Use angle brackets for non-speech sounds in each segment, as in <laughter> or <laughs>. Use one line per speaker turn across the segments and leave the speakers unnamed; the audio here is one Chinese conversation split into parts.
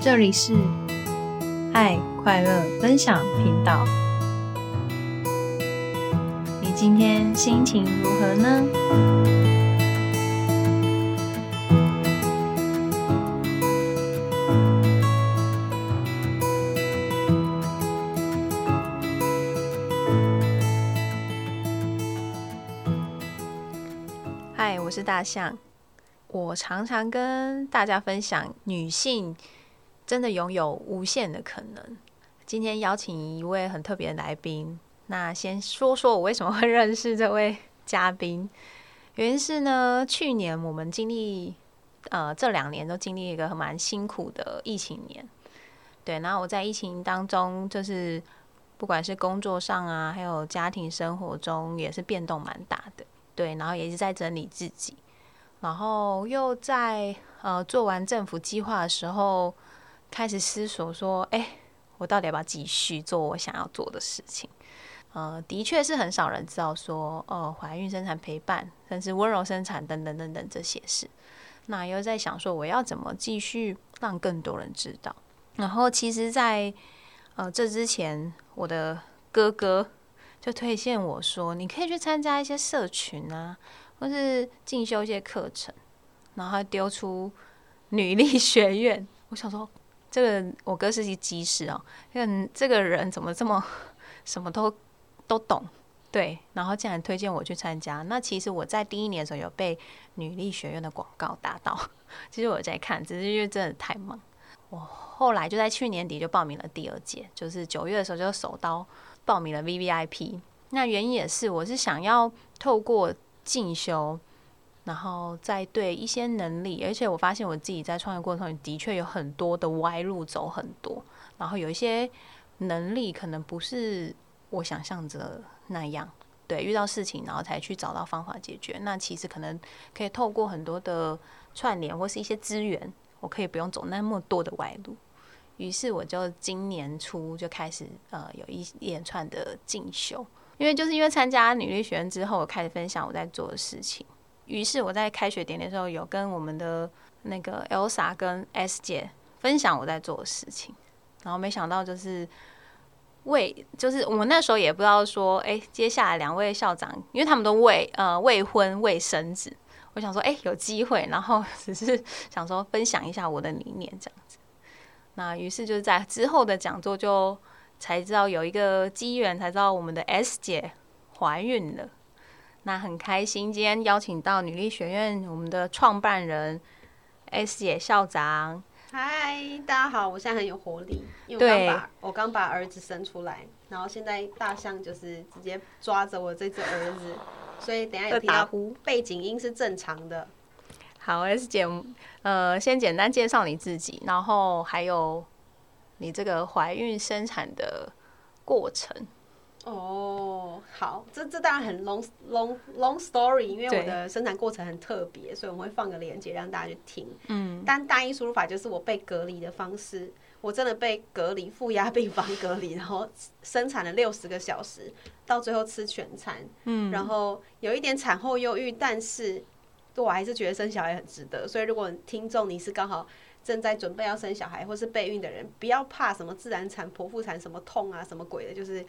这里是爱快乐分享频道。你今天心情如何呢？嗨，我是大象。我常常跟大家分享，女性真的拥有无限的可能。今天邀请一位很特别的来宾，那先说说我为什么会认识这位嘉宾。原因是呢，去年我们经历，呃，这两年都经历一个蛮辛苦的疫情年。对，然后我在疫情当中，就是不管是工作上啊，还有家庭生活中，也是变动蛮大的。对，然后也是在整理自己。然后又在呃做完政府计划的时候，开始思索说，哎，我到底要不要继续做我想要做的事情？呃，的确是很少人知道说，哦，怀孕、生产、陪伴，甚至温柔生产等等等等这些事。那又在想说，我要怎么继续让更多人知道？然后其实在，呃这之前，我的哥哥就推荐我说，你可以去参加一些社群啊，或是进修一些课程，然后他丢出女力学院。我想说，这个我哥是一技师哦，这个这个人怎么这么 <laughs> 什么都 <laughs> 都懂？对，然后竟然推荐我去参加。那其实我在第一年的时候有被女力学院的广告打到， <laughs> 其实我有在看，只是因为真的太忙。我后来就在去年底就报名了第二届，就是九月的时候就手刀报名了 V V I P。那原因也是，我是想要透过进修，然后再对一些能力，而且我发现我自己在创业过程中的确有很多的歪路走很多，然后有一些能力可能不是我想象着那样，对，遇到事情然后才去找到方法解决，那其实可能可以透过很多的串联或是一些资源，我可以不用走那么多的歪路。于是我就今年初就开始呃有一连串的进修，因为就是因为参加女力学院之后，我开始分享我在做的事情。于是我在开学典礼的时候，有跟我们的那个 Elsa 跟 S 姐分享我在做的事情，然后没想到就是未，就是我们那时候也不知道说，哎、接下来两位校长，因为他们都未呃未婚未生子，我想说，哎、有机会，然后 <laughs> 只是想说分享一下我的理念这样子。那于是就是在之后的讲座就才知道有一个机缘，才知道我们的 S 姐怀孕了。那很开心，今天邀请到女力学院我们的创办人 S 姐校长。
嗨，大家好，我现在很有活力，因为
对
我刚把我刚把儿子生出来，然后现在大象就是直接抓着我这只儿子，所以等一下有听
打
到
呼
背景音是正常的。
好，S 姐，呃，先简单介绍你自己，然后还有你这个怀孕生产的过程。
哦，好，这这当然很 long long long story，因为
对
我的生产过程很特别，所以我们会放个链接让大家去听。
嗯，
但单一输入法就是我被隔离的方式，我真的被隔离，负压病房隔离，然后生产了六十个小时，到最后吃全餐。嗯，然后有一点产后忧郁，但是我还是觉得生小孩很值得。所以如果听众你是刚好。正在准备要生小孩或是备孕的人，不要怕什么自然产、剖腹产、什么痛啊、什么鬼的，就是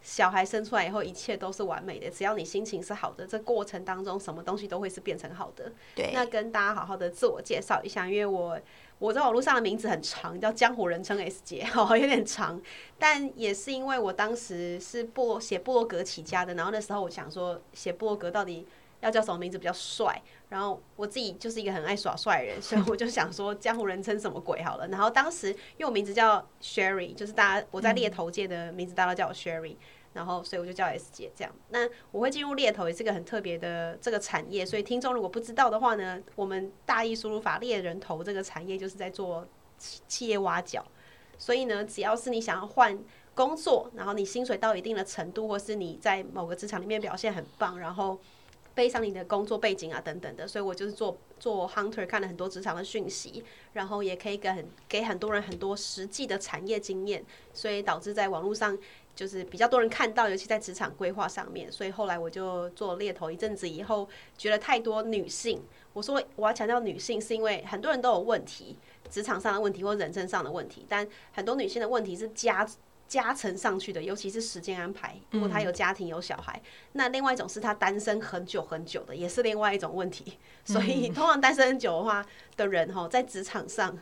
小孩生出来以后一切都是完美的，只要你心情是好的，这过程当中什么东西都会是变成好的。
嗯对，
那跟大家好好的自我介绍一下，因为我我在网络上的名字很长，叫江湖人称 S 姐， <laughs> 哦，有点长，但也是因为我当时是部落写部落格起家的，然后那时候我想说写部落格到底要叫什么名字比较帅，然后我自己就是一个很爱耍帅的人，所以我就想说江湖人称什么鬼好了。然后当时因为我名字叫 Sherry，就是大家我在猎头界的名字大家都叫我 Sherry，、然后所以我就叫 S 姐这样。那我会进入猎头也是个很特别的这个产业，所以听众如果不知道的话呢，我们大一输入法猎人头这个产业就是在做企企业挖角，所以呢，只要是你想要换。工作，然后你薪水到一定的程度，或是你在某个职场里面表现很棒，然后背上你的工作背景啊等等的，所以我就是做做 hunter，看了很多职场的讯息，然后也可以给很给很多人很多实际的产业经验，所以导致在网络上就是比较多人看到，尤其在职场规划上面。所以后来我就做猎头一阵子以后，觉得太多女性。我说我要强调女性，是因为很多人都有问题，职场上的问题或人生上的问题，但很多女性的问题是加加成上去的，尤其是时间安排。如果她有家庭有小孩，那另外一种是她单身很久很久的，也是另外一种问题。所以通常单身很久的话的人哈，在职场上。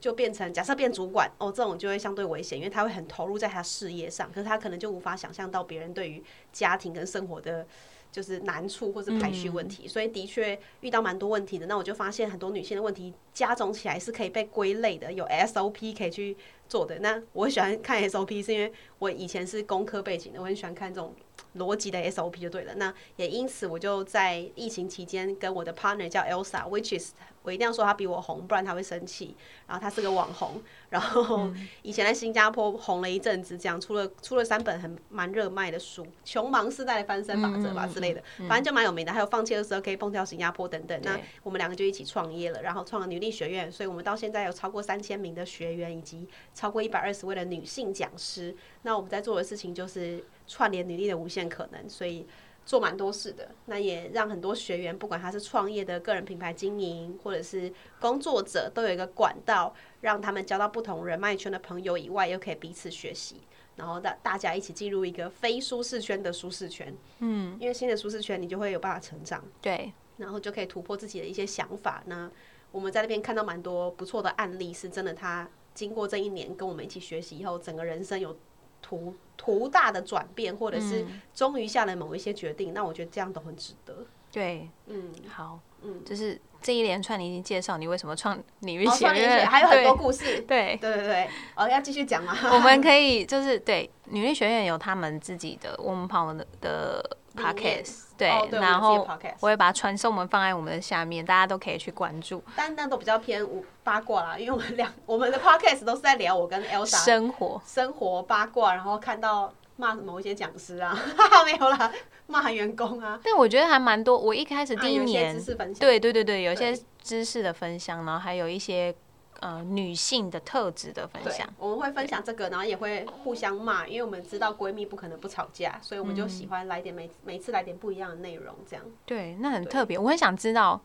就变成假设变主管哦，这种就会相对危险，因为他会很投入在他事业上，可是他可能就无法想象到别人对于家庭跟生活的，就是难处或是排序问题，所以的确遇到蛮多问题的。那我就发现很多女性的问题加总起来是可以被归类的，有 SOP 可以去做的。那我喜欢看 SOP 是因为我以前是工科背景的，我很喜欢看这种逻辑的 SOP 就对了。那也因此我就在疫情期间跟我的 partner 叫 Elsa，which is 我一定要说她比我红，不然她会生气。然后她是个网红，然后以前在新加坡红了一阵子，这样出了出了三本很蛮热卖的书，《穷忙世代的翻身法则》吧之类的，反正就蛮有名的。还有放弃二十二 K 蹦跳新加坡等等。那我们两个就一起创业了，然后创了女力学院，所以我们到现在有超过三千名的学员，以及超过一百二十位的女性讲师。那我们在做的事情就是串联女力的无限可能，所以做蛮多事的。那也让很多学员，不管他是创业的个人品牌经营，或者是工作者，都有一个管道，让他们交到不同人脉圈的朋友以外，又可以彼此学习，然后大大家一起进入一个非舒适圈的舒适圈。嗯，因为新的舒适圈，你就会有办法成长。
对，
然后就可以突破自己的一些想法。那我们在那边看到蛮多不错的案例，是真的，他经过这一年跟我们一起学习以后，整个人生有图图大的转变，或者是
嗯
终于下了某一些决定。那我觉得这样都很值得。
对，
嗯，
好，
嗯，
就是这一连串你已经介绍你为什么创领域
哦，
学
算理解，
院，
还有很多
对
故事。 <laughs>
对，
对对对，哦，要继续讲吗？
我们可以就是对女力学院有他们自己的 Woman Power 的的
理念
<laughs> podcast，对
哦，对
然
我们
后
自己的 podcast
我会把传送门放在我们的下面，大家都可以去关注
但那都比较偏无八卦啦，因为我们两我们的 podcast 都是在聊我跟 Elsa
生活。
生活八卦，然后看到骂某一些讲师啊， <laughs> 没有啦，骂员工啊，
但我觉得还蛮多，我一开始第一
啊有些
年
知，识分享，
对对对对，有一些
对
知识的分享，然后还有一些呃女性的特质的分
对
享。，
我们会分享这个，然后也会互相骂，因为我们知道闺蜜不可能不吵架，所以我们
嗯
就喜欢来点每每次来点不一样的内容，这样。
对，那很特别。我很想知道，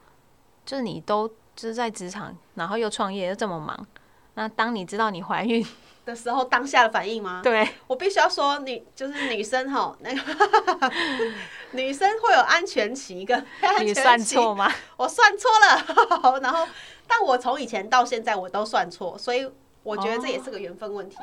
就是你都就是在职场，然后又创业，又这么忙。那当你知道你
<laughs>
怀孕，
的时候，当下的反应吗？
对，
我必须要说，女就是女生哈，那个 <laughs> 女生会有安全期跟
<laughs>
安
你
全
算
期
错吗？
<laughs> 我算错了， <laughs> 然后，但我从以前到现在我都算错，所以我觉得这也是个缘分问题。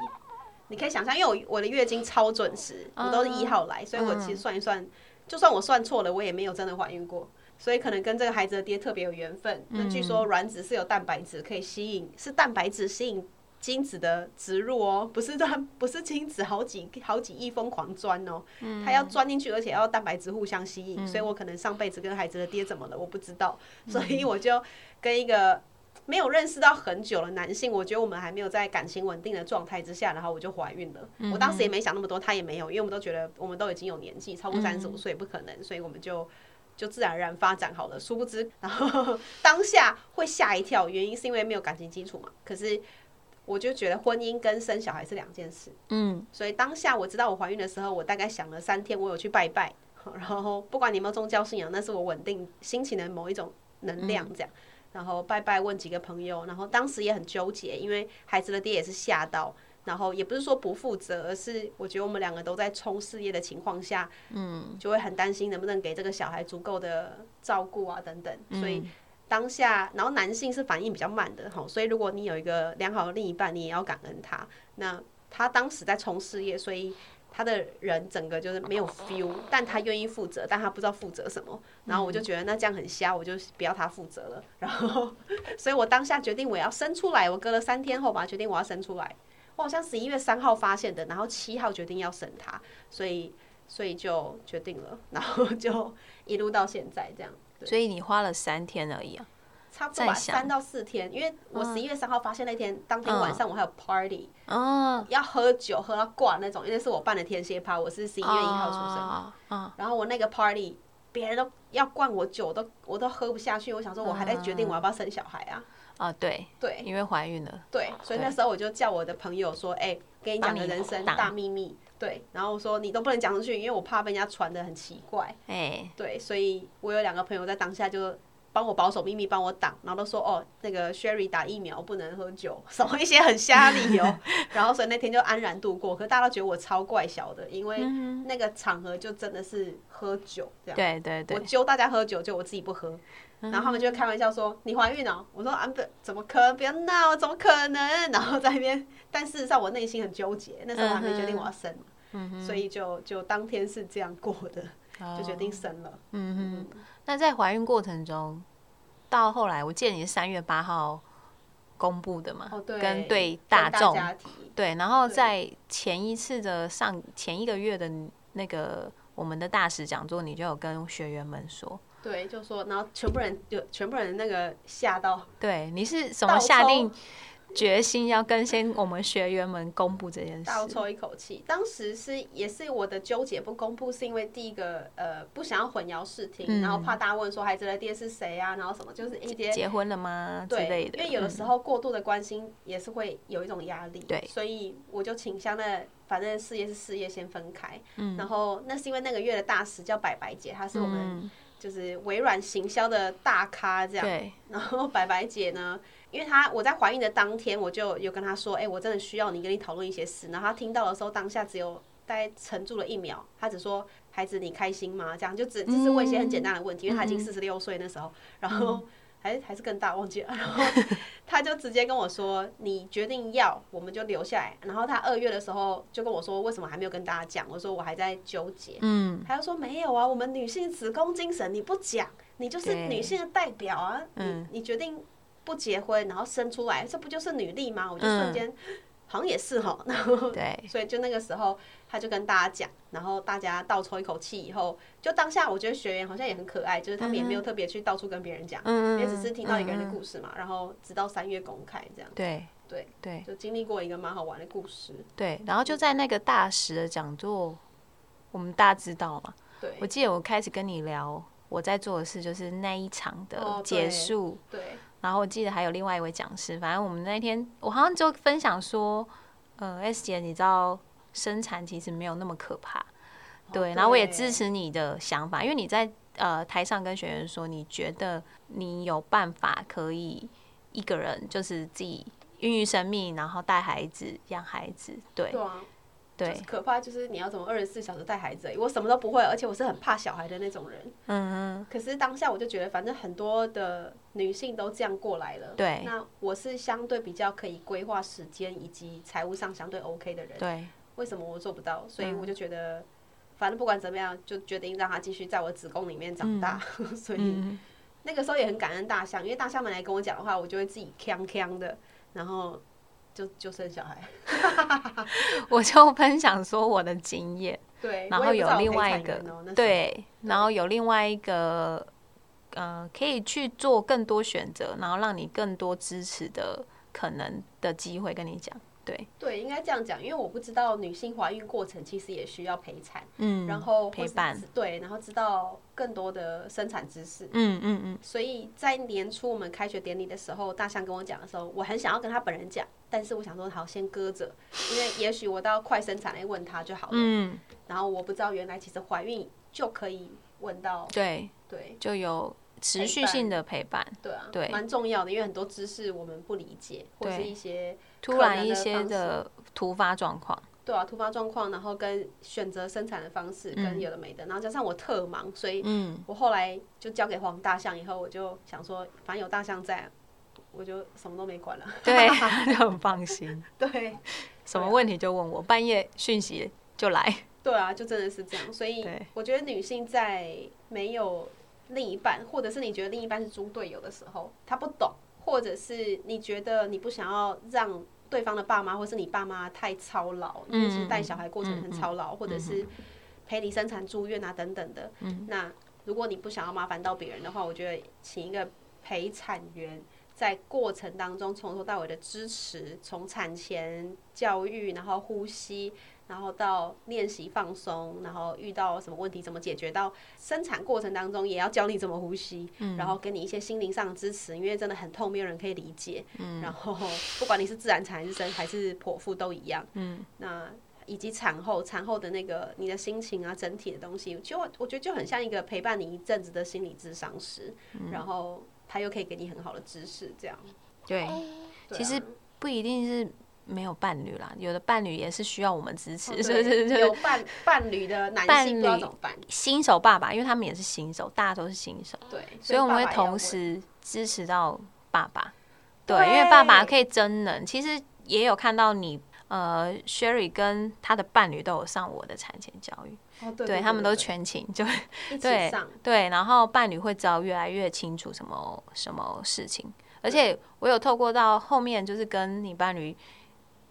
你可以想象，因为我我的月经超准时，我都是一号来，所以我其实算一算，就算我算错了，我也没有真的怀孕过，所以可能跟这个孩子的爹特别有缘分。那据说卵子是有蛋白质可以吸引，是蛋白质吸引精子的植入哦，不是钻， <laughs> 不是精子好几好几亿疯狂钻哦，它要钻进去，而且要蛋白质互相吸引，所以我可能上辈子跟孩子的爹怎么了，我不知道，所以我就跟一个没有认识到很久的男性，我觉得我们还没有在感情稳定的状态之下，然后我就怀孕了。我当时也没想那么多，他也没有，因为我们都觉得我们都已经有年纪，超过三十五岁不可能，所以我们就。就自然而然发展好了，殊不知，然后当下会吓一跳，原因是因为没有感情基础嘛。可是我就觉得婚姻跟生小孩是两件事，
嗯，
所以当下我知道我怀孕的时候，我大概想了三天，我有去拜 <laughs> 拜，然后不管你有没有宗教信仰，那是我稳定心情的某一种能量这样。然后拜拜，问几个朋友，然后当时也很纠结，因为孩子的爹也是吓到，然后也不是说不负责，而是我觉得我们两个都在冲事业的情况下，嗯，就会很担心能不能给这个小孩足够的照顾啊等等，所以。当下，然后男性是反应比较慢的哈，所以如果你有一个良好的另一半，你也要感恩他。那他当时在冲事业，所以他的人整个就是没有 feel，但他愿意负责，但他不知道负责什么。然后我就觉得那这样很瞎，我就不要他负责了。 <laughs> 然后，所以我当下决定我要生出来，我隔了三天后吧，决定我要生出来。我好像十一月三号发现的，然后七号决定要生他，所以所以就决定了， <laughs> 然后就一路到现在这样。
所以你花了三天而已啊。
差不多
在
吧，
想嗯
三到四天，因为我十一月三号发现那天，当天晚上我还有 party，、
哦，
要喝酒喝到挂那种，因为是我办的天蝎趴，我是十一月一号出生，
啊啊，
然后我那个 party 别人都要灌我酒，我都我都喝不下去，我想说我还在决定我要不要生小孩啊，
啊对
对
因为怀孕了，
对，所以那时候我就叫我的朋友说，哎、跟你讲个人生
帮你
大秘密，对，然后我说你都不能讲出去，因为我怕被人家传的很奇怪。
哎，
对，所以我有两个朋友在当下就帮我保守秘密，帮我挡，然后都说哦，那个 Sherry 打疫苗不能喝酒， <laughs> 什么一些很瞎的理由。然后所以那天就安然度过，可大家都觉得我超怪小的，因为那个场合就真的是喝酒这样。
对对嗯对
我，揪大家喝酒，就我自己不喝，然后他们就会开玩笑说：“你怀孕哦？”我说：“啊，不，怎么可能？不要闹，怎么可能？” <laughs> 然后在那边，但事实上我内心很纠结，那时候我还没决定我要生嘛，
嗯
所以就就当天是这样过的，就决定生了。
哦嗯哼，那在怀孕过程中，到后来我记得你是三月八号公布的嘛，
哦，对，
跟对
跟
大众
家提
对，然后
对
在前一次的上前一个月的那个我们的大使讲座，你就有跟学员们说，
对，就说，然后全部人就全部人那个吓到，
对，你是怎
哦倒
么下
抽
定决心要跟先我们学员们公布这件事？
倒抽一口气。当时是也是我的纠结不公布，是因为第一个呃不想要混淆视听，
嗯
然后怕大家问说孩子的爹是谁啊，然后什么就是一些
结婚了吗之
对，
类的？
因为有的时
候，
候过度的关心也是会有一种压力，
对
所以我就倾向那反正事业是事业先分开，嗯，然后那是因为那个月的大使叫白白姐，她是我们
嗯，
就是微软行销的大咖这样，
对，
<laughs> 然后白白姐呢，因为她我在怀孕的当天，我就有跟她说，哎、我真的需要你跟你讨论一些事。然后她听到的时候，当下只有大概沉住了一秒，她只说：“孩子，你开心吗？”这样就只就是问一些很简单的问题，因为她已经四十六岁那时候，然后还是还是更大忘记了， <laughs> 然后她就直接跟我说：“你决定要，我们就留下来。”然后她二月的时候就跟我说：“为什么还没有跟大家讲？”我说：“我还在纠结。”
嗯，
他就说没有啊，我们女性子宫精神你不讲，你就是
对
女性的代表啊，
嗯
你你决定不结婚，然后生出来，这不就是女力吗？我就
嗯
瞬间、好像也是哈， <laughs> 然后
对，
所以就那个时候他就跟大家讲，然后大家倒抽一口气以后，就当下我觉得学员好像也很可爱，就是他们也没有特别去到处跟别人讲，
嗯，
也只是听到一个人的
故，
故事嘛，然后直到三月公开这样，
对
对
对
就经历过一个蛮好玩的故事，
对，然后就在那个大使的讲座，我们大家知道嘛，
对
我记得我开始跟你聊我在做的事，就是那一场的
哦
结
对
束。
对。
然后我记得还有另外一位讲师，反正我们那天我好像就分享说，呃，S 姐，你知道生产其实没有那么可怕，
哦
对。然后我也支持你的想法，因为你在呃台上跟学员说，你觉得你有办法可以一个人就是自己孕育生命，然后带孩子、养孩子，对
对啊，
对
就是可怕就是你要怎么二十四小时带孩子而已，我什么都不会，而且我是很怕小孩的那种人。
嗯嗯，
可是当下我就觉得，反正很多的女性都这样过来了，
对
那我是相对比较可以规划时间以及财务上相对 OK 的人，
对
为什么我做不到？所
嗯
以我就觉得，反正不管怎么样，就决定让他继续在我子宫里面长大。
嗯
<laughs> 所以那个时候也很感恩大象，因为大象们来跟我讲的话，我就会自己锵锵的，然后就就生小孩。
<laughs> 我就分享说我的经验。
对，
然
我
后
也不
有
知道我
另
可以
外
产
一个
人哦，那时候
对，然后有另外一个，呃，可以去做更多选择，然后让你更多支持的可能的机会跟你讲，对，
对，应该这样讲，因为我不知道女性怀孕过程其实也需要陪产，
嗯
然后或
陪
是
伴，
知对，然后知道更多的生产知识。
嗯嗯嗯，
所以在年初我们开学典礼的时候，大象跟我讲的时候，我很想要跟他本人讲，但是我想说好先搁着，因为也许我到快生产来问他就好了。
嗯，
然后我不知道原来其实怀孕就可以问到，
对，
哦对
就有持
陪
续
伴
性的陪伴，
对啊，
对
蛮重要的，因为很多知识我们不理解，或是
对
一些
突
可
然
能
一
的
些
方式
的突发状
<laughs>
况，
对啊，突发状况，然后跟选择生产的方式，跟有的没的，嗯然后加上我特忙，所以
嗯，
我后来就交给黄大象，以后我就想说，反正有大象在，我就什么都没管了。
对， <laughs> 就很放心，
对，
什么问题就问我，半夜讯息就来，
对啊，就真的是这样。所以
对
我觉得女性在没有另一半，或者是你觉得另一半是猪队友的时候，他不懂，或者是你觉得你不想要让对方的爸妈，或是你爸妈太操劳，因为其实带小孩过程很操劳，或者是陪你生产、住院啊等等的。那如果你不想要麻烦到别人的话，我觉得请一个陪产员。在过程当中，从头到尾的支持，从产前教育，然后呼吸，然后到练习放松，然后遇到什么问题怎么解决，到生产过程当中也要教你怎么呼吸，然后给你一些心灵上的支持，因为真的很痛，没有人可以理解。然后不管你是自然产还是生还是剖腹都一样。嗯，那以及产后，产后的那个你的心情啊，整体的东西，就我觉得就很像一个陪伴你一阵子的心理咨商师，
嗯
然后他又可以给你很好的知识，这样。
对，
对
其
啊
实不一定是没有伴侣啦，有的伴侣也是需要我们支持，就
哦对
是就是
有伴伴侣的男
伴
性不知道
侣
怎么办，
新手爸爸，因为他们也是新手，大家都是新手，
对，
所以我们
爸
会
爸也要
同
问
时支持到爸爸。对，
对
因为爸爸可以真人，其实也有看到你呃，Sherry 跟他的伴侣都有上我的产前教育，
哦对
对他们都
对
全勤，就
一
对
起上，
对，然后伴侣会知道越来越清楚什么什么事情，而且我有透过到后面就是跟你伴侣，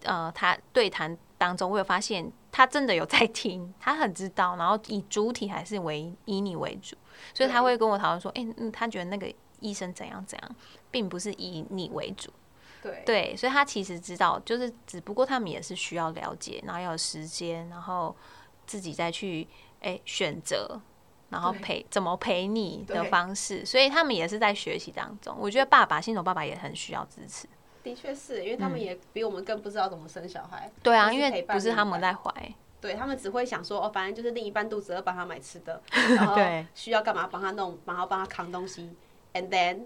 呃，他对谈当中，我有发现他真的有在听，他很知道，然后以主体还是为以你为主，所以他
对
会跟我讨论说，诶，嗯，他觉得那个医生怎样怎样，并不是以你为主，
对
对，所以他其实知道，就是只不过他们也是需要了解，然后要有时间，然后自己再去哎、选择，然后
对
陪怎么陪你的
对
方式，所以他们也是在学习当中。我觉得爸爸新手爸爸也很需要支持，
的确是因为
嗯
他们也比我们更不知道怎么生小孩，
对啊，
就是
因
陪
为
伴
不是
另一
他们
半
在怀，
对他们只会想说哦，反正就是另一半肚子饿，帮他买吃
<laughs>
的，然后
对
需要干嘛帮他弄，然后帮他扛东西，and then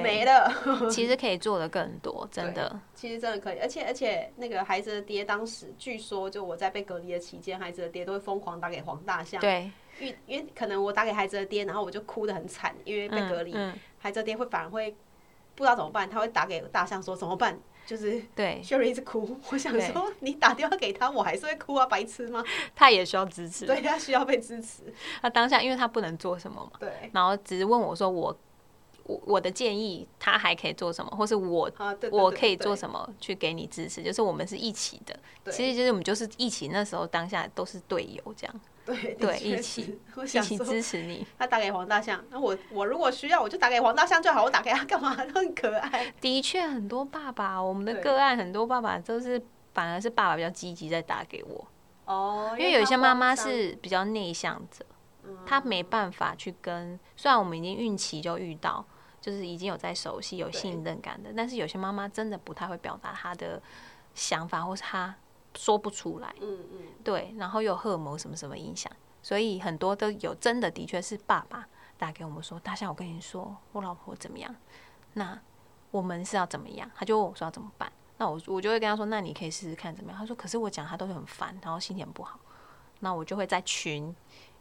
没
对，
了。
其实可以做的更多，真的，
其实真的可以，而且而且那个孩子的爹当时据说就我在被隔离的期间，孩子的爹都会疯狂打给黄大象，
对，
因为因为可能我打给孩子的爹，然后我就哭得很惨，因为被
嗯
隔离，
嗯，
孩子的爹会反而会不知道怎么办，他会打给大象说怎么办，就是
对，
Sherry 一直哭，我想
对
说你打电话给他，我还是会哭啊，白痴吗？
他也需要支持。
对，他需要被支持。
他当下因为他不能做什么嘛，
对，
然后只是问我说我我我的建议他还可以做什么，或是我
啊，对，对
我可以做
么？
什么去给你支持，就是我们是一起的。
对
其实就是我们就是一起，那时候当下都是队友，这样
对
对
的确
一起
是我
一
想
起
说，
支持你。
他打给黄大象，那我我如果需要，我就打给黄大象就好，我打给他干嘛？ <laughs> 都很可爱。
的确，很多爸爸，我们的
对
个案很多爸爸都是反而是爸爸比较积极在打给我，
哦，
因为有一
他
些妈妈
慌张，
是比较内向者，
嗯
她没办法去跟。虽然我们已经孕期就遇到，就是已经有在熟悉、有
对
信任感的，但是有些妈妈真的不太会表达她的想法，或是她说不出来。
嗯嗯，
对，然后又有荷尔蒙什么什么影响，所以很多都有真的的确是爸爸打给我们说，大象，我跟你说，我老婆怎么样？那我们是要怎么样？他就问我说要怎么办？那我我就会跟他说，那你可以试试看怎么样？他说，可是我讲他都是很烦，然后心情很不好。那我就会在群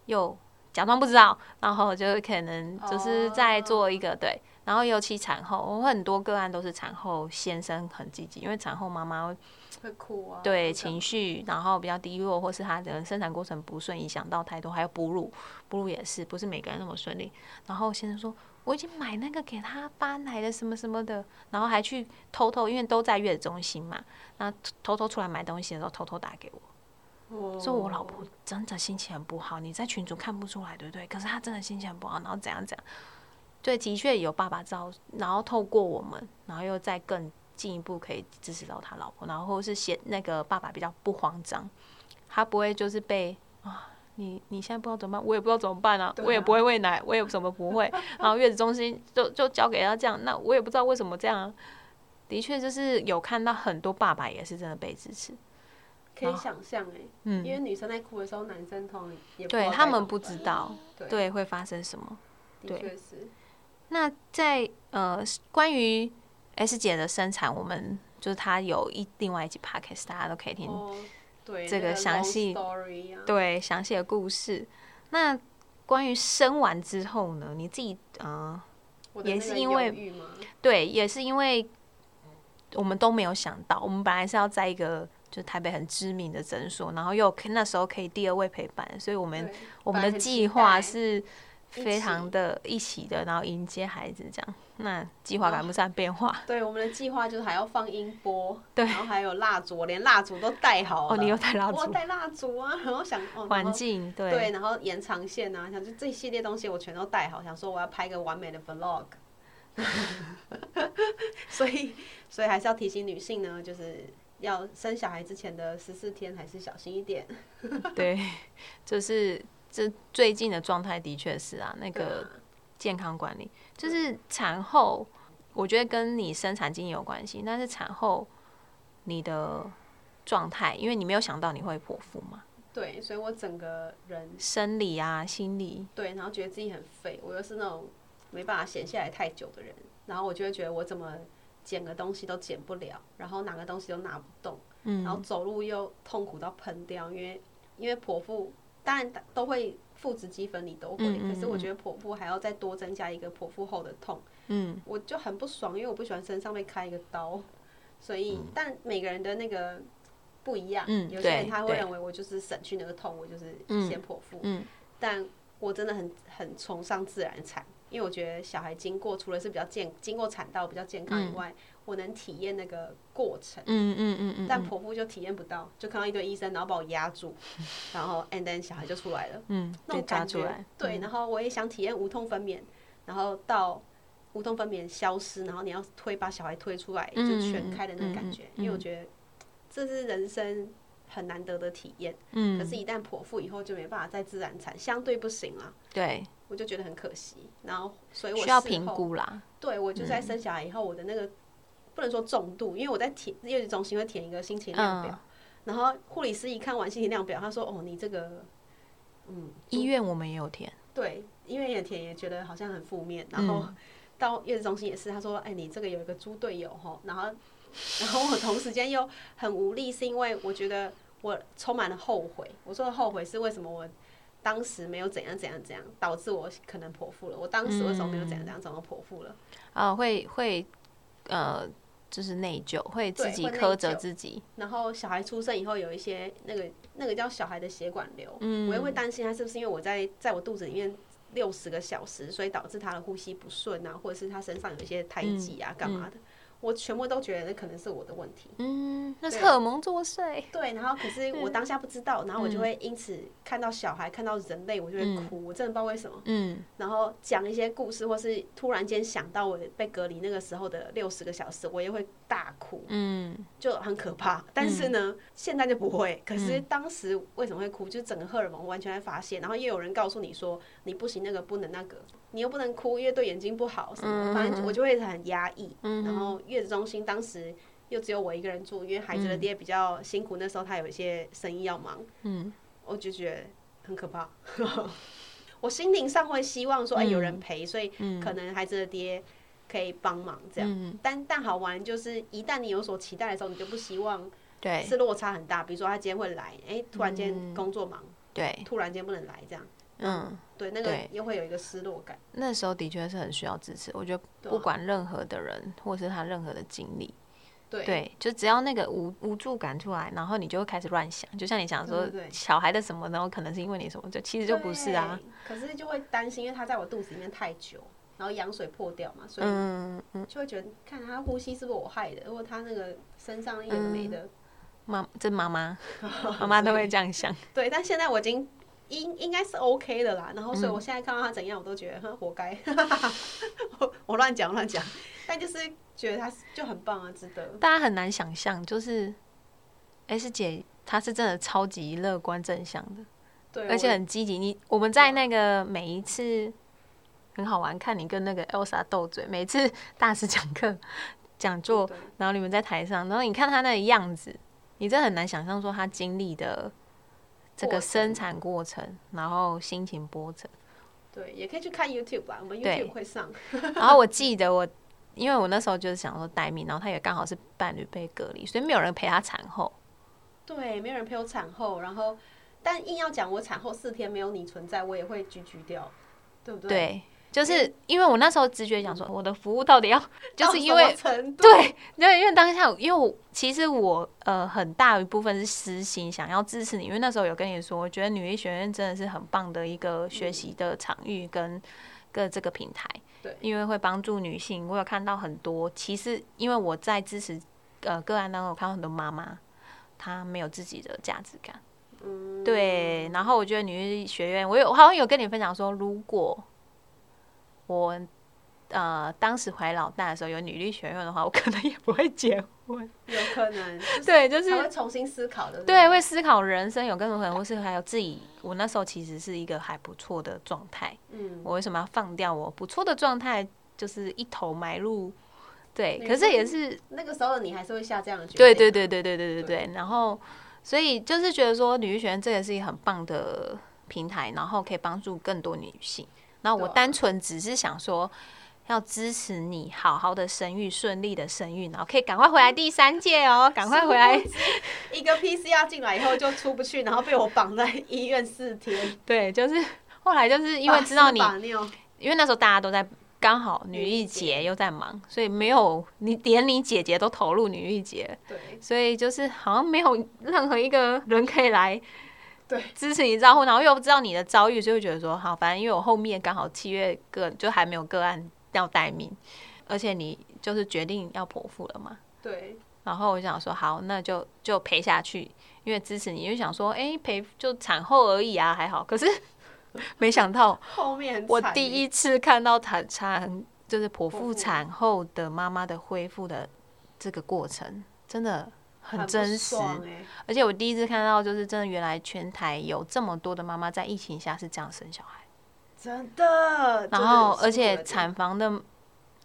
又假装不知道，然后就可能就是在做一个、对，然后尤其产后，我很多个案都是产后先生很积极，因为产后妈妈会
会哭啊。
对
会
情绪，然后比较低落，或是他的生产过程不顺，影响到太多，还有哺乳，哺乳也是，不是每个人那么顺利。然后先生说，我已经买那个给他发奶的什么什么的，然后还去偷偷，因为都在月子中心嘛，那偷偷出来买东西的时候偷偷打给我，
干嘛，
说我老
哦
婆真的心情很不好，你在群主看不出来，对不对？可是她真的心情很不好，然后怎样怎样。对，的确有爸爸照，然后透过我们，然后又再更进一步可以支持到他老婆，然后或是显那个爸爸比较不慌张，他不会就是被啊，你你现在不知道怎么办，我也不知道怎么办啊，
对啊
我也不会喂奶，我也什么不会，然后月子中心就就交给他这样，那我也不知道为什么这样、啊。的确，就是有看到很多爸爸也是真的被支持，
可以想象哎，
嗯，
因为女生在哭的时候，男生通常也不知
对
道
他
该
们
怎
不
么
知
办，
道，
对
对会发生什么。
的
对
确是。
那在呃，关于 S 姐的生产，我们就是她有一另外一集 podcast，大家都可以听，
哦，对，
这
那
个详
long
细
story 啊，
对详细的故事。那关于生完之后呢，你自己呃，
我的
也
那
是
个
因
犹
为
豫吗
对，也是因为我们都没有想到，我们本来是要在一个就是台北很知名的诊所，然后又可那时候可以第二位陪伴，所以我们
对
我们
本来
的
很期
计划
待
是
一
非
起
常的一起的，然后迎接孩子这样。那计
哦
划赶不上变化。
对，我们的计划就是还要放音波，
对
然后还有蜡烛，我连蜡烛都带好了。
哦，你又带蜡
我
烛，
带蜡烛啊，然后想哦，然
环
后
境对
对，然后延长线啊，想就这一系列东西我全都带好，想说我要拍个完美的 vlog。所以，所以还是要提醒女性呢，就是要生小孩之前的十四天还是小心一点。
对，就是这最近的状态的确是啊，那
对
个
啊
健康管理就是产后，我觉得跟你生产经验有关系，但是产后你的状态，因为你没有想到你会剖腹嘛，
对，所以我整个人
生理啊、心理，
对，然后觉得自己很废，我又是那种没办法闲下来太久的人，然后我就会觉得我怎么捡个东西都捡不了，然后拿个东西都拿不动，
嗯，
然后走路又痛苦到喷掉，因为因为剖腹当然都会腹直肌分离都会，
嗯嗯
可是我觉得剖腹还要再多增加一个剖腹后的痛，
嗯，
我就很不爽，因为我不喜欢身上被开一个刀，所以、但每个人的那个不一样，
嗯
有些人
对
他会
对
认为我就是省去那个痛，我就是
嗯
先剖腹，
嗯
但我真的很很崇尚自然产，因为我觉得小孩经过除了是比较健经过产道比较健康以外，我能体验那个过程。
嗯嗯嗯嗯，
但婆妇就体验不到，就看到一堆医生，然后把我压住，然后 and then 小孩就出来了，
嗯
那
被
种
抓
感
出来嗯
觉，。对，然后我也想体验无痛分娩，然后到无痛分娩消失，然后你要推把小孩推出来，就
嗯
全开的那种感觉
嗯，嗯
因为我觉得这是人生很难得的体验。
嗯，
可是，一旦剖腹以后就没办法再自然产，相对不行啦，
对，
我就觉得很可惜。然后，所以我
需要
事
评
后
估啦，
对我就是在生小孩以后，我的那个不能说重度，因为我在填月子中心会填一个心情量表，然后护理师一看完心情量表，他说：“哦，你这个，嗯，
医院我们也有填，
对，因为也填也觉得好像很负面，然后到月子中心也是，他说：‘哎，你这个有一个猪队友吼，然后，然后我同时间又很无力，是因为我觉得我充满了后悔。我说的后悔是为什么我当时没有怎样怎样怎样，导致我可能剖腹了。我当时为什么没有怎样怎样，怎么剖腹了？
啊，会会，呃，就是内疚，会自
对
己
会内
苛责
疚
自己，
然后小孩出生以后有一些那个那个叫小孩的血管瘤，
嗯
我也会担心他是不是因为我在在我肚子里面六十个小时，所以导致他的呼吸不顺啊，或者是他身上有一些胎记啊，干嘛的，我全部都觉得那可能是我的问题。
嗯，那是
对
荷尔蒙作祟，
对，然后可是
嗯
我当下不知道，然后我就会因此看到小孩，看到人类，我就会哭，我真的不知道为什么。
嗯
然后讲一些故事，或是突然间想到我被隔离那个时候的六十个小时，我也会大哭。
嗯嗯
就很可怕。但是呢，现在就不会。可是当时为什么会哭？就是整个荷尔蒙完全在发泄，然后又有人告诉你说你不行，那个不能那个，你又不能哭，因为对眼睛不好什么。
嗯
反正我就会很压抑。
嗯
然
哼，
后月子中心当时又只有我一个人住，因为孩子的爹比较辛苦，那时候他有一些生意要忙，
嗯
我就觉得很可怕。 <laughs> 我心灵上会希望说，哎、
嗯
有人陪，所以
嗯
可能孩子的爹可以帮忙这样。
嗯，
但但好玩就是，一旦你有所期待的时候，你就不希望
对
是落差很大。比如说他今天会来，哎、突然间
嗯
工作忙，
对，
突然间不能来，这样
嗯，
对那个
对
又会有一个失落感。
那时候的确是很需要支持，我觉得
对啊
不管任何的人，或是他任何的经历，
对
对，就只要那个无无助感出来，然后你就会开始乱想，就像你想说
对对对
小孩的什么，然后可能是因为你什么，就其实就不是啊，
对。可是就会担心，因为他在我肚子里面太久，然后羊水破掉嘛，所以
嗯，嗯
就会觉得，看他呼吸是不是我害的，如果他那个身上有的
嗯
没的，
妈，这妈
<laughs>
妈妈妈都会这样想，
对。但现在我已经。应应该是 OK 的啦，然后
嗯
所以我现在看到他怎样，我都觉得哼，活该， <laughs> 我我乱讲乱讲，但就是觉得他就很棒啊，值得。
大家很难想象，就是，哎、是姐，她是真的超级乐观正向的。
对，
而且
我
很积极。你我们在那个每一次很好玩，看你跟那个 Elsa 斗嘴，每次大师讲课 <laughs> 讲座，
对
然后你们在台上，然后你看他那个样子，你真的很难想象说他经历的这个
过程
生产过程，然后心情波折。 <laughs>
对，也可以去看 YouTube 吧，我们
对
YouTube 会上。
然后我记得我，因为我那时候就是想说待命，然后他也刚好是伴侣被隔离，所以没有人陪他产后。
对，没有人陪我产后，然后但硬要讲我产后四天没有你存在，我也会居居掉，对不对？对，
对，就是因为我那时候直觉想说，我的服务到底要，就是因为
程度，
对对，因为当下，因为我其实我呃很大一部分是私心想要支持你，因为那时候有跟你说，我觉得女医学院真的是很棒的一个
嗯
学习的场域跟个这个平台，
对
因为会帮助女性。我有看到很多，其实因为我在支持呃个案当中，我看到很多妈妈她没有自己的价值感，
嗯，
对，然后我觉得女医学院，我有我好像有跟你分享说，如果我呃当时怀老大的时候有女力学院的话，我可能也不会结
<laughs>
婚。
有可能就是
对，就
才会
是
重新思考的，
对，会思考人生有更多可能，或是还有自己。我那时候其实是一个还不错的状态，
嗯，
我为什么要放掉我不错的状态，就是一头埋入对，
女
可是也
生
是
那个时候你还是会下这样的决定，
对对对对对对对对。然后，所以就是觉得说，女力学院这个是一个很棒的平台，然后可以帮助更多女性。那我
对啊
单纯只是想说，要支持你好好的生育，顺利的生育，然后可以赶快回来第三届哦，赶快回来。
一个 PCR 进来以后就出不去，然后被我绑在医院四天，
<laughs> 对，就是后来就是 <laughs> 因为知道你
把屎把尿
因为那时候大家都在刚好女力节又在忙，所以没有你连你姐姐都投入女力节，
对
所以就是好像没有任何一个人可以来
对
支持你照顾，然后又知道你的遭遇，就会觉得说好，反正因为我后面刚好七月个就还没有个案要待命，而且你就是决定要剖腹了嘛。
对
然后我就想说，好，那就就陪下去，因为支持你，因为想说，哎、陪就产后而已啊，还好。可是没想到
后面很
我
惨
第一次看到产产就是剖腹产后的妈妈的恢复的这个过程，真的很
很
真实。
哎、
而且我第一次看到，就是真的原来全台有这么多的妈妈在疫情下是这样生小孩，
真的。
然后而
这
且
是很辛苦的
产房的，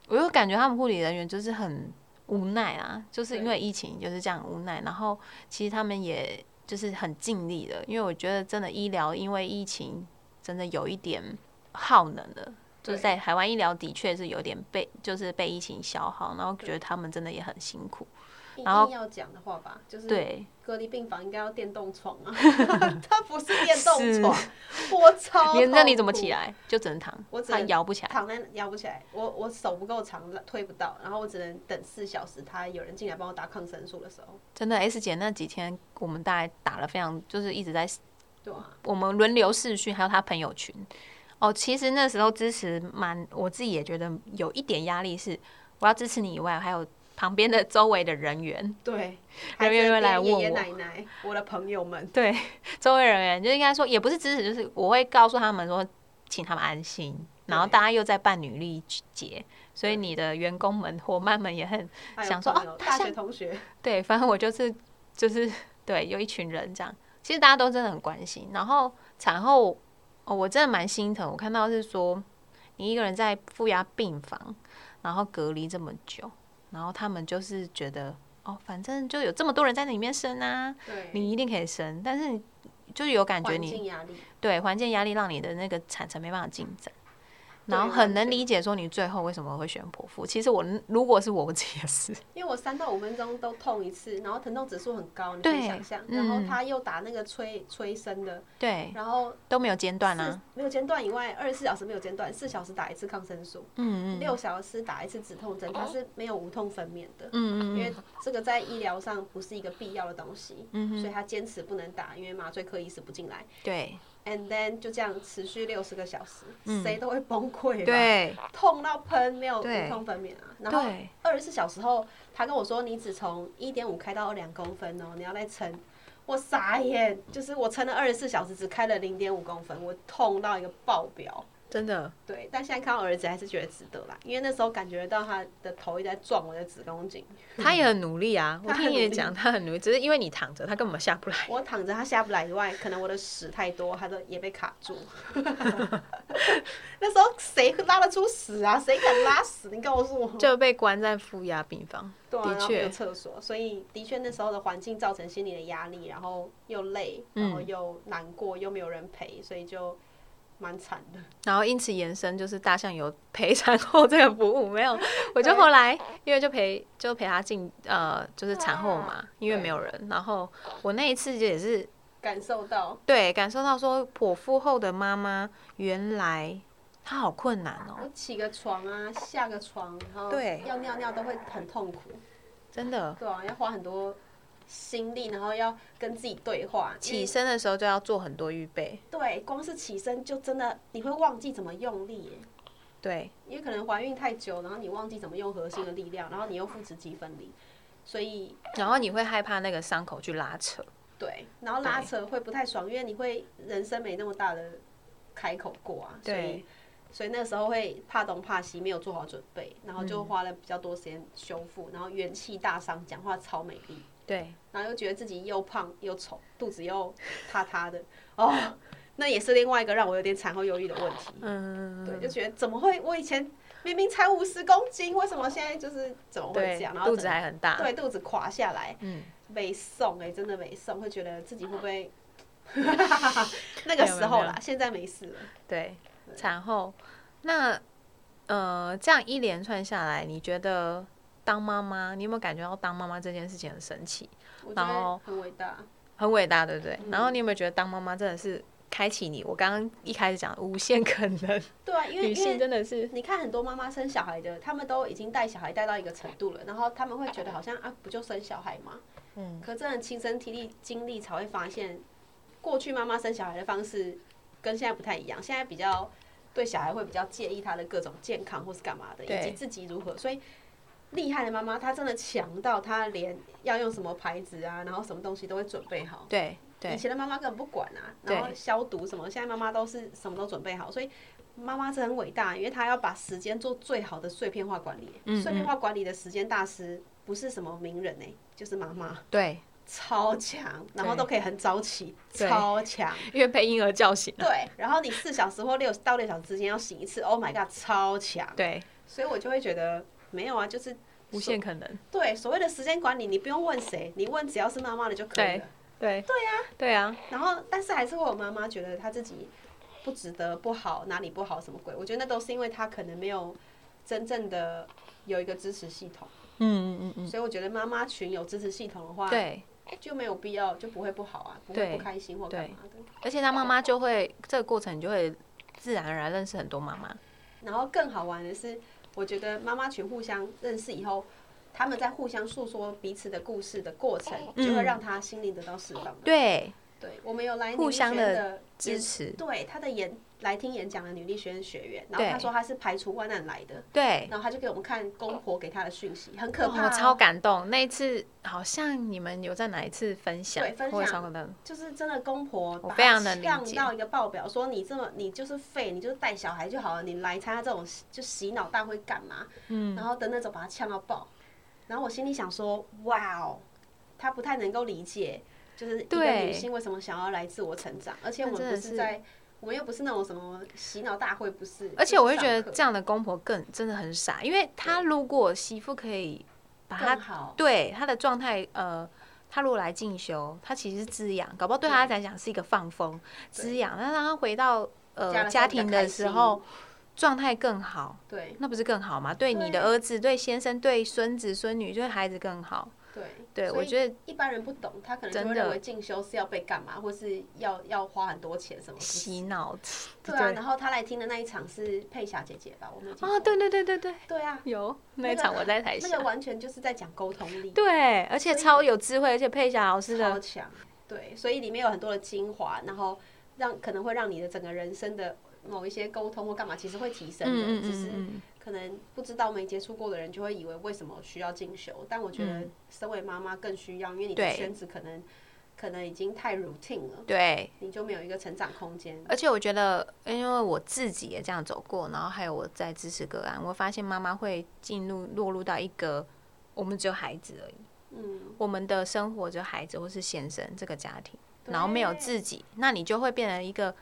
我又感觉他们护理人员就是很无奈啊，就是因
对
为疫情就是这样无奈。然后其实他们也就是很尽力了，因为我觉得真的医疗因为疫情真的有一点耗能了。就是
对
在台湾医疗的确是有点被，就是被疫情消耗，然后
对
觉得他们真的也很辛苦。
地，
然后
硬要讲的话吧，就是
对，
隔离病房应该要电动床
<laughs>
啊，它不是电动
是
床，我超
你那你怎么
痛苦
起？啊来？就只能躺，
我只
它
能
摇不起来。
躺在摇不起来，我我手不够长，推不到，然后我只能等四小时，他有人进来帮我打抗生素的时候，
真的，S 姐那几天我们大概打了非常，就是一直在
对啊，
我们轮流视讯，还有她朋友群。哦，其实那时候支持蛮，我自己也觉得有一点压力是，我要支持你以外，还有旁边的周围的人员， <laughs>
对，
人员会来
还有爷爷
问我
奶奶，我的朋友们，
对，周围人员就应该说也不是支持，就是我会告诉他们说，请他们安心。然后
对
大家又在办女力节，所以你的员工们、伙伴们也很
还有
想说
朋友
哦他
大学
像
同学，
对，反正我就是就是对，有一群人这样，其实大家都真的很关心。然后产后，哦，我真的蛮心疼，我看到是说你一个人在负压病房，然后隔离这么久，然后他们就是觉得哦，反正就有这么多人在里面生啊，
对，
你一定可以生，但是就是有感觉
环
你
境压力，
对环境压力让你的那个产程没办法进展。
对
然后
完
很能
全
理解说你最后为什么会选剖腹。其实我如果是我，我自己也是。
因为我三到五分钟都痛一次，然后疼痛指数很高，你可以
对
想象，
嗯
然后他又打那个催催生的，
对，
然后
都没有间断啊。
四没有间断以外，二十四小时没有间断，四小时打一次抗生素，
嗯嗯哦
六小时打一次止痛针，它是没有无痛分娩的，因
嗯嗯
为这个在医疗上不是一个必要的东西，
嗯
所以他坚持不能打，因为麻醉科医师不进来
嗯，对
and then 就这样持续六十个小时，
嗯
谁都会崩溃吧，
对
痛到喷，没有
对
无痛分娩啊，然后。
对，
二十四小时后，他跟我说你只从一点五开到两公分哦，你要再撑。我傻眼，就是我撑了二十四小时，只开了零点五公分，我痛到一个爆表。
真的
对，但现在看到儿子还是觉得值得啦，因为那时候感觉到他的头一直在撞我的子宫颈，
他也很努力啊。我
他很
听你
努力
讲，他很努力，只是因为你躺着，他根本下不来。
我躺着他下不来以外，可能我的屎太多，他都也被卡住。 <laughs> 那时候谁拉得出屎啊？谁敢拉屎？你告诉我。
就被关在负压病房，
对、啊，
的
然后
确
没有厕所，所以的确那时候的环境造成心理的压力，然后又累，
嗯
然后又难过，又没有人陪，所以就蛮惨的。
然后因此延伸就是大象有陪产后这个服务没
<laughs>
有，我就后来因为就陪就陪他进呃就是产后
啊
嘛，因为没有人，然后我那一次就也是
感受到，
对感受到说剖腹后的妈妈原来她好困难哦，
我起个床啊，下个床，然后
对
要尿尿都会很痛苦，
真的。
对啊，要花很多心力，然后要跟自己对话。因
起
为
身的时候就要做很多预备，
对，光是起身就真的你会忘记怎么用力耶，
对
因为可能怀孕太久，然后你忘记怎么用核心的力量，然后你又腹直肌分离，所以
然后你会害怕那个伤口去拉扯。
对，然后拉
对
扯会不太爽，因为你会人生没那么大的开口过啊，所以
对
所以那时候会怕东怕西，没有做好准备，然后就花了比较多时间修复，然后元气大伤，讲话超美丽，
对，
然后又觉得自己又胖又丑，肚子又塌塌的，哦，那也是另外一个让我有点产后忧郁的问题，
嗯，
对，就觉得怎么会我以前。明明才五十公斤，为什么现在就是怎么会这
对
样？然，后
肚
整
子还很大，
对肚子垮下来，
嗯，
没送哎、真的没送，会觉得自己会不
<laughs>
会那
没
个
有没
时
有
候
没有
啦，现在没事了。
对，产后那呃，这样一连串下来，你觉得当妈妈，你有没有感觉到当妈妈这件事情很神奇，
我觉
然
得
后
很伟大，
很伟大，对不
嗯
对？然后你有没有觉得当妈妈真的是开启你？我刚刚一开始讲的无限可能，
<laughs> 对啊，因为
女
因为
性真的是
你看很多妈妈生小孩的，他们都已经带小孩带到一个程度了，然后他们会觉得好像啊，不就生小孩吗？
嗯，
可真的亲身体力经历才会发现，过去妈妈生小孩的方式跟现在不太一样，现在比较对小孩会比较介意他的各种健康或是干嘛的，
对
以及自己如何，所以。厉害的妈妈，她真的强到她连要用什么牌子啊，然后什么东西都会准备好。
对
以
对
前的妈妈根本不管啊，
对
然后消毒什么，现在妈妈都是什么都准备好，所以妈妈是很伟大，因为她要把时间做最好的碎片化管理。
嗯
碎片化管理的时间大师不是什么名人呢、欸就是妈妈
对，
超强，然后
对
都可以很早起，
对
超强。
因为被婴儿叫醒了，
对，然后你四小时或六到六小时之间要醒一次，Oh my god，超强。
对，
所以我就会觉得没有啊，就是
无限可能，
对所谓的时间管理，你不用问谁，你问只要是妈妈的就可以了。
对对呀、对啊，
然后，但是还是会有妈妈觉得她自己不值得、不好，哪里不好，什么鬼？我觉得那都是因为她可能没有真正的有一个支持系统，
嗯嗯嗯
所以我觉得妈妈群有支持系统的话
嗯，，对。
就没有必要，就不会不好啊，不会
对
不开心或干嘛的。
而且当妈妈就会这个过程，你就会自然而然认识很多妈妈。
然后更好玩的是，我觉得妈妈群互相认识以后。他们在互相诉说彼此的故事的过程，就会
嗯
让她心灵得到释放的。
对，
对，我们有来
互
女
相
学
的
的
支持，
对他的演来听演讲的女力学院学员，然后
对
他说他是排除万难来的，
对，
然后他就给我们看公婆给他的讯息，很可
哦
怕、啊
我超，感动。那一次好像你们有在哪一次分享？
对分享
我也超感动。
就是真的公婆
我
把
非
他
常能理
呛
解
到一个爆表，说你这么你就是废，你就是带小孩就好了，你来参加这种就洗脑大会干嘛？
嗯，
然后的那种把他呛到爆，然后我心里想说，哇哦，他不太能够理解，就是一个
对
女性为什么想要来自我成长，而且
那
我们
真
不
的
是
是
在。我们又不是那种什么洗脑大会，不是。
而且我会
就
觉得
是上课
这样的公婆更真的很傻，因为她如果媳妇可以把她
更好，
对她的状态，呃，她如果来进修，她其实是滋养，搞不好对她来讲是一个放风
对
滋养。那让她回到
家
呃
的时候
家
比较
庭
开
的
心
时候，状态更好。
对
那不是更好吗？对你
对
的儿子、对先生、对孙子、孙女、对孩子更好。
对
对，
所
我
以
觉得
一般人不懂，他可能就
真
会
的
认为进修是要被干嘛，或是要要花很多钱什么。不是
洗脑。
对啊，然后他来听的那一场是佩霞姐姐吧？我们
啊，对对对对对，
对啊，
有
那
那
个
一场我在台
那
下
个，完全就是在讲沟通力，
对，而且
所以
超有智慧，而且佩霞老师
超
的，
强。对，所以里面有很多的精华，然后让可能会让你的整个人生的某一些沟通或干嘛，其实会提升的，
嗯嗯
只是
嗯嗯，
可能不知道没接触过的人就会以为为什么需要进修，但我觉得身为妈妈更需要，因为你
嗯
的
对
圈子可能可能已经太 routine 了，
嗯对。
你就没有一个成长空间。
而且我觉得，因为我自己也这样走过，然后还有我在支持个案，我发现妈妈会进入落入到一个我们只有孩子而已，
嗯，
我们的生活只有孩子或是先生这个家庭。
对
然后没有自己，那你就会变成一个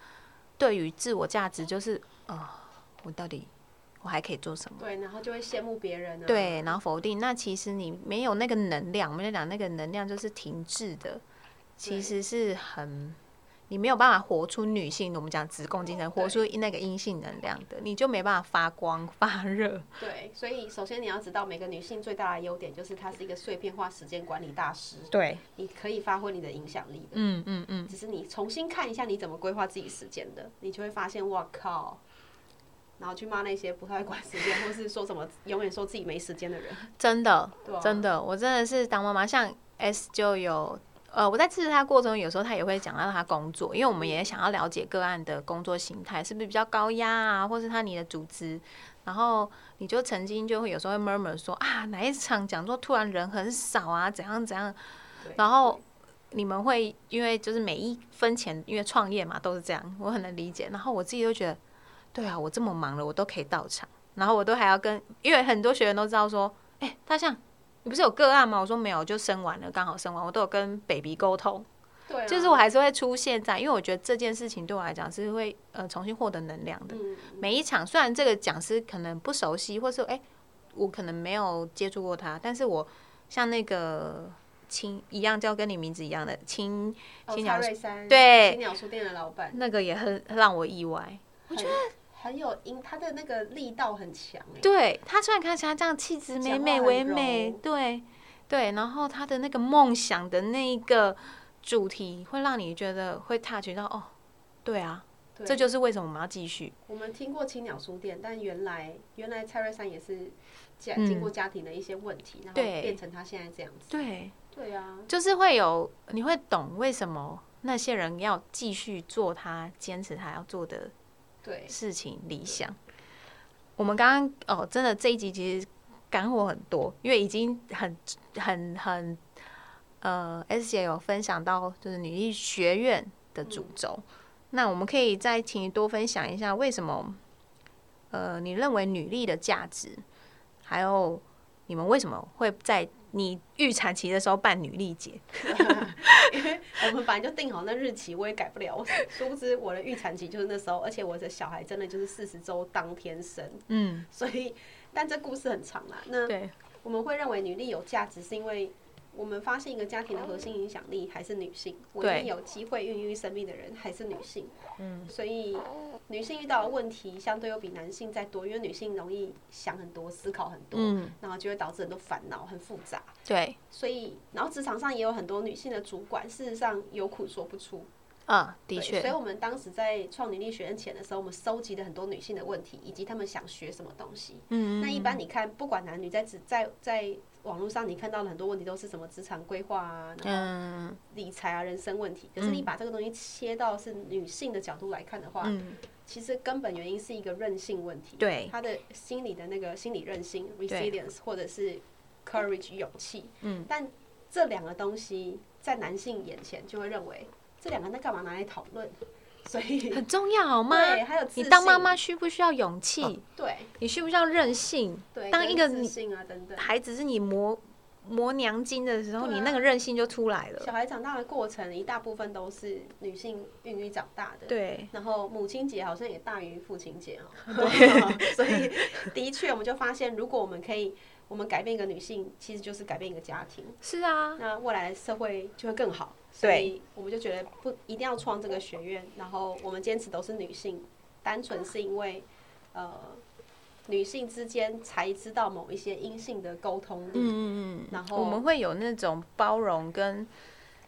对于自我价值就是，呃，我到底我还可以做什么？
对，然后就会羡慕别人啊。
对，然后否定。那其实你没有那个能量，我们就讲那个能量就是停滞的，其实是很你没有办法活出女性，我们讲子宫精神，活出那个阴性能量的，你就没办法发光发热。
对，所以首先你要知道，每个女性最大的优点就是她是一个碎片化时间管理大师，
对，
你可以发挥你的影响力的。
嗯嗯嗯，
只是你重新看一下你怎么规划自己时间的，你就会发现，哇靠！然后去骂那些不太会管时间，或是说什么永远说自己没时间的人。
真的，
对啊
真的，我真的是当妈妈，像 S 就有，呃，我在支持她过程中，有时候她也会讲到她工作，因为我们也想要了解个案的工作形态是不是比较高压啊，或是她你的组织，然后你就曾经就会有时候会 murmur 说啊，哪一场讲座突然人很少啊，怎样怎样，
对
然后你们会因为就是每一分钱，因为创业嘛都是这样，我很能理解。然后我自己就觉得，对啊，我这么忙了，我都可以到场，然后我都还要跟，因为很多学员都知道说，哎、大象，你不是有个案吗？我说没有，就生完了，刚好生完，我都有跟 baby 沟通。
对啊，
就是我还是会出现在，因为我觉得这件事情对我来讲是会呃重新获得能量的。
嗯
每一场虽然这个讲师可能不熟悉，或是哎、我可能没有接触过他，但是我像那个青一样叫跟你名字一样的青，
哦
青鸟
蔡瑞山
对
青鸟书店的老板，
那个也很让我意外。
我觉得很有音，他的那个力道很强哎。
对他虽然看起来这样气质美美
讲话很
唯美
柔，
对对，然后他的那个梦想的那一个主题，会让你觉得会 touch 到哦，对啊，
对
这就是为什么我们要继续。
我们听过青鸟书店，但原来原来蔡瑞山也是家
嗯
经过家庭的一些问题，然后
对
变成他现在这样子。
对，
对啊，
就是会有你会懂为什么那些人要继续做他坚持他要做的
对，
事情理想。我们刚刚哦，真的这一集其实干货很多，因为已经很很很呃，S 姐有分享到就是女力学院的主轴，那我们可以再请你多分享一下为什么呃，你认为女力的价值，还有你们为什么会在你预产期的时候办女力节？
因为我们本来就定好那日期，我也改不了。我殊不知我的预产期就是那时候，而且我的小孩真的就是四十周当天生，
嗯，
<laughs> 所以但这故事很长啦。那
对，
我们会认为女力有价值，是因为我们发现一个家庭的核心影响力还是女性，唯一有机会孕育生命的人还是女性。嗯，所以女性遇到的问题相对又比男性再多，因为女性容易想很多、思考很多，
嗯，
然后就会导致很多烦恼、很复杂。
对，
所以，然后职场上也有很多女性的主管，事实上有苦说不出。
啊，的
对
确
所以，我们当时在创女力学院前的时候，我们收集了很多女性的问题，以及她们想学什么东西。
嗯，
那一般你看，不管男女，在职在在网络上你看到的很多问题都是什么职场规划啊、然后
嗯
理财啊、人生问题。可是你把这个东西切到是女性的角度来看的话，
嗯，
其实根本原因是一个韧性问题。
对
她的心理的那个心理韧性 （resilience） 或者是 courage 勇气。
嗯，
但这两个东西在男性眼前就会认为这两个那干嘛拿来讨
<laughs>
论？所以
很重要好吗？
对，还有自
你
信
当妈妈需不需要勇气？
对
你需不需要韧性？
对，
当
跟
一个
自
你
信啊等等。
孩子是你磨磨娘筋的时候，
对啊
你那个韧性就出来
小
了。
孩长大的过程，一大部分都是女性孕育长大的。
对，
然后母亲节好像也大于父亲节哦，对， <laughs> 所以的确我们就发现，如果我们可以，我们改变一个女性，其实就是改变一个家庭，
是啊，
那未来社会就会更好。所
对
以我们就觉得不一定要创这个学院，然后我们坚持都是女性，单纯是因为呃女性之间才知道某一些阴性的沟通力，
嗯嗯嗯。
然后
我们会有那种包容跟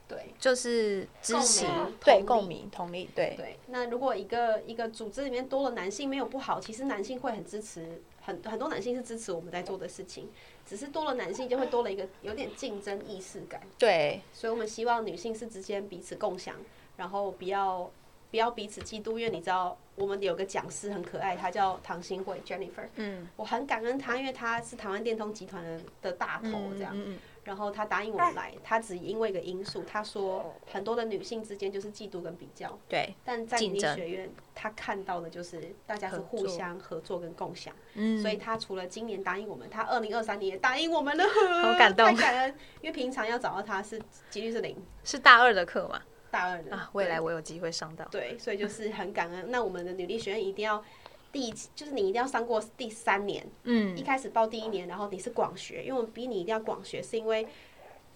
对
就是知情
共鸣，
对，
同理
共鸣、同理，对，
对，那如果一个一个组织里面多了男性没有不好，其实男性会很支持，很很多男性是支持我们在做的事情，只是多了男性就会多了一个有点竞争意识感，
对，
所以我们希望女性是之间彼此共享，然后不要不要彼此嫉妒，因为你知道我们有个讲师很可爱，她叫唐新慧 Jennifer，
嗯，
我很感恩她，因为她是台湾电通集团的的大头这样。
嗯，嗯
然后她答应我们来，她只因为一个因素，她说很多的女性之间就是嫉妒跟比较，
对，
但在
竞
女力
争
学院，他看到的就是大家是
合
互
作
相合作跟共享，
嗯，
所以他除了今年答应我们，他二零二三年也答应
<laughs>
我们了，
好感动
太感恩。因为平常要找到他是几率是零，
是大二的课嘛？
大二的
啊，未来我有机会上到。
对，对所以就是很感恩。那我们的女力学院一定要第一就是你一定要上过第三年，
嗯
一，开始报第一年，然后你是广学，因为我们逼你一定要广学，是因为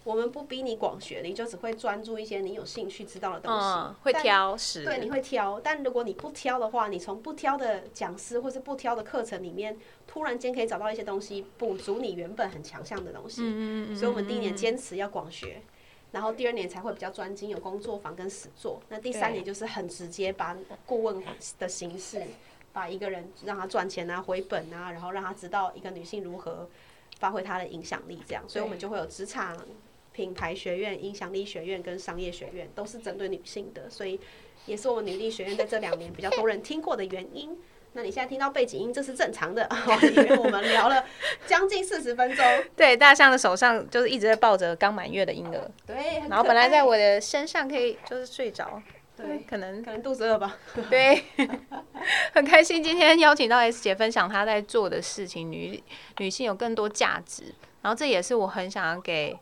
我们不逼你广学，你就只会专注一些你有兴趣知道的东西，
嗯，会
但
挑食，
对，你会挑，但如果你不挑的话，你从不挑的讲师或是不挑的课程里面，突然间可以找到一些东西，补足你原本很强项的东西。
嗯，嗯嗯嗯，
所以，我们第一年
嗯，
坚持要广学，然后第二年才会比较专精，有工作坊跟实作。那第三
对
年就是很直接，把顾问的形式，把一个人让他赚钱啊、回本啊，然后让他知道一个女性如何发挥她的影响力，这样。所以，我们就会有职场。品牌学院、影响力学院跟商业学院都是针对女性的，所以也是我们女力学院在这两年比较多人听过的原因。那你现在听到背景音，这是正常的，哦因为我们聊了将近四十分钟，
对，大象的手上就是一直在抱着刚满月的婴儿，
对，很
然后
可
本来
爱
在我的身上可以就是睡着，
对，
可
<laughs>
能
可能肚子饿吧。
对，很开心今天邀请到 S 姐分享她在做的事情，女女性有更多价值，然后这也是我很想要给，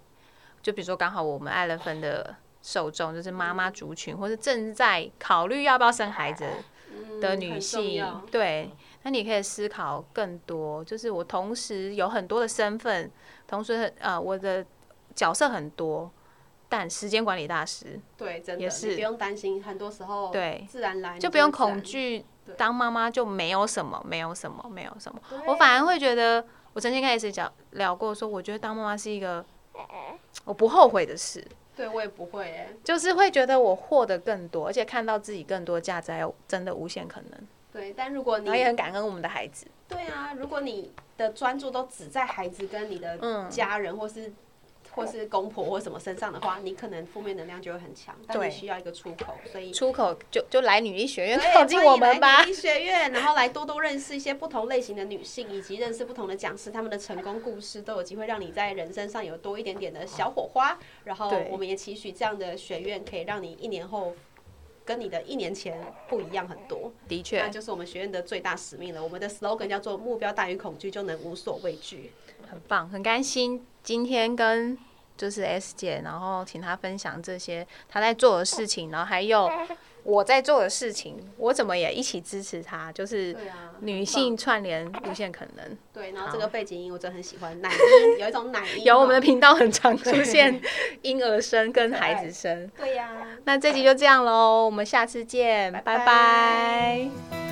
就比如说刚好我们爱乐芬的受众，就是妈妈族群，或是正在考虑要不要生孩子的
嗯
女
很重
性，
要
对，那你可以思考更多，就是我同时有很多的身份，同时呃我的角色很多，但时间管理大师，
对，真的
也
你
是
不用担心，很多时候
对，
自然来
就
你
不用
会自然
恐惧
对
当妈妈就没有什么，没有什么，没有什么。
对
我反而会觉得，我曾经跟 S 讲聊过说我觉得当妈妈是一个
嗯
我不后悔的事，
对我也不会哎、
就是会觉得我获得更多，而且看到自己更多价值，还有真的无限可能。
对，但如果你
然后也很感恩我们的孩子，
对啊，如果你的专注都只在孩子跟你的
嗯
家人或是、或是公婆或什么身上的话，你可能负面能量就会很强，但你
对
需要一个出口，所以。
出口就就来女力学院
对
靠近我们吧
欢迎来。女力学院，然后来多多认识一些不同类型的女性，以及认识不同的讲师，他们的成功故事，都有机会让你在人生上有多一点点的小火花。然后
对
我们也期许这样的学院可以让你一年后跟你的一年前不一样很多。
的
那
确，
就是我们学院的最大使命了。我们的 slogan 叫做“目标大于恐惧，就能无所畏惧
很棒，很开心今天跟就是 S 姐，然后请她分享这些她在做的事情，然后还有我在做的事情，我怎么也一起支持她，就”。是
对啊，
女性串联无限可能。
对，然后
好
这个背景音我真的很喜欢，奶音有一种奶音嘛。
有我们的频道很常出现婴儿声跟孩子声。
对呀、
那这集就这样喽，我们下次见，
拜拜
拜拜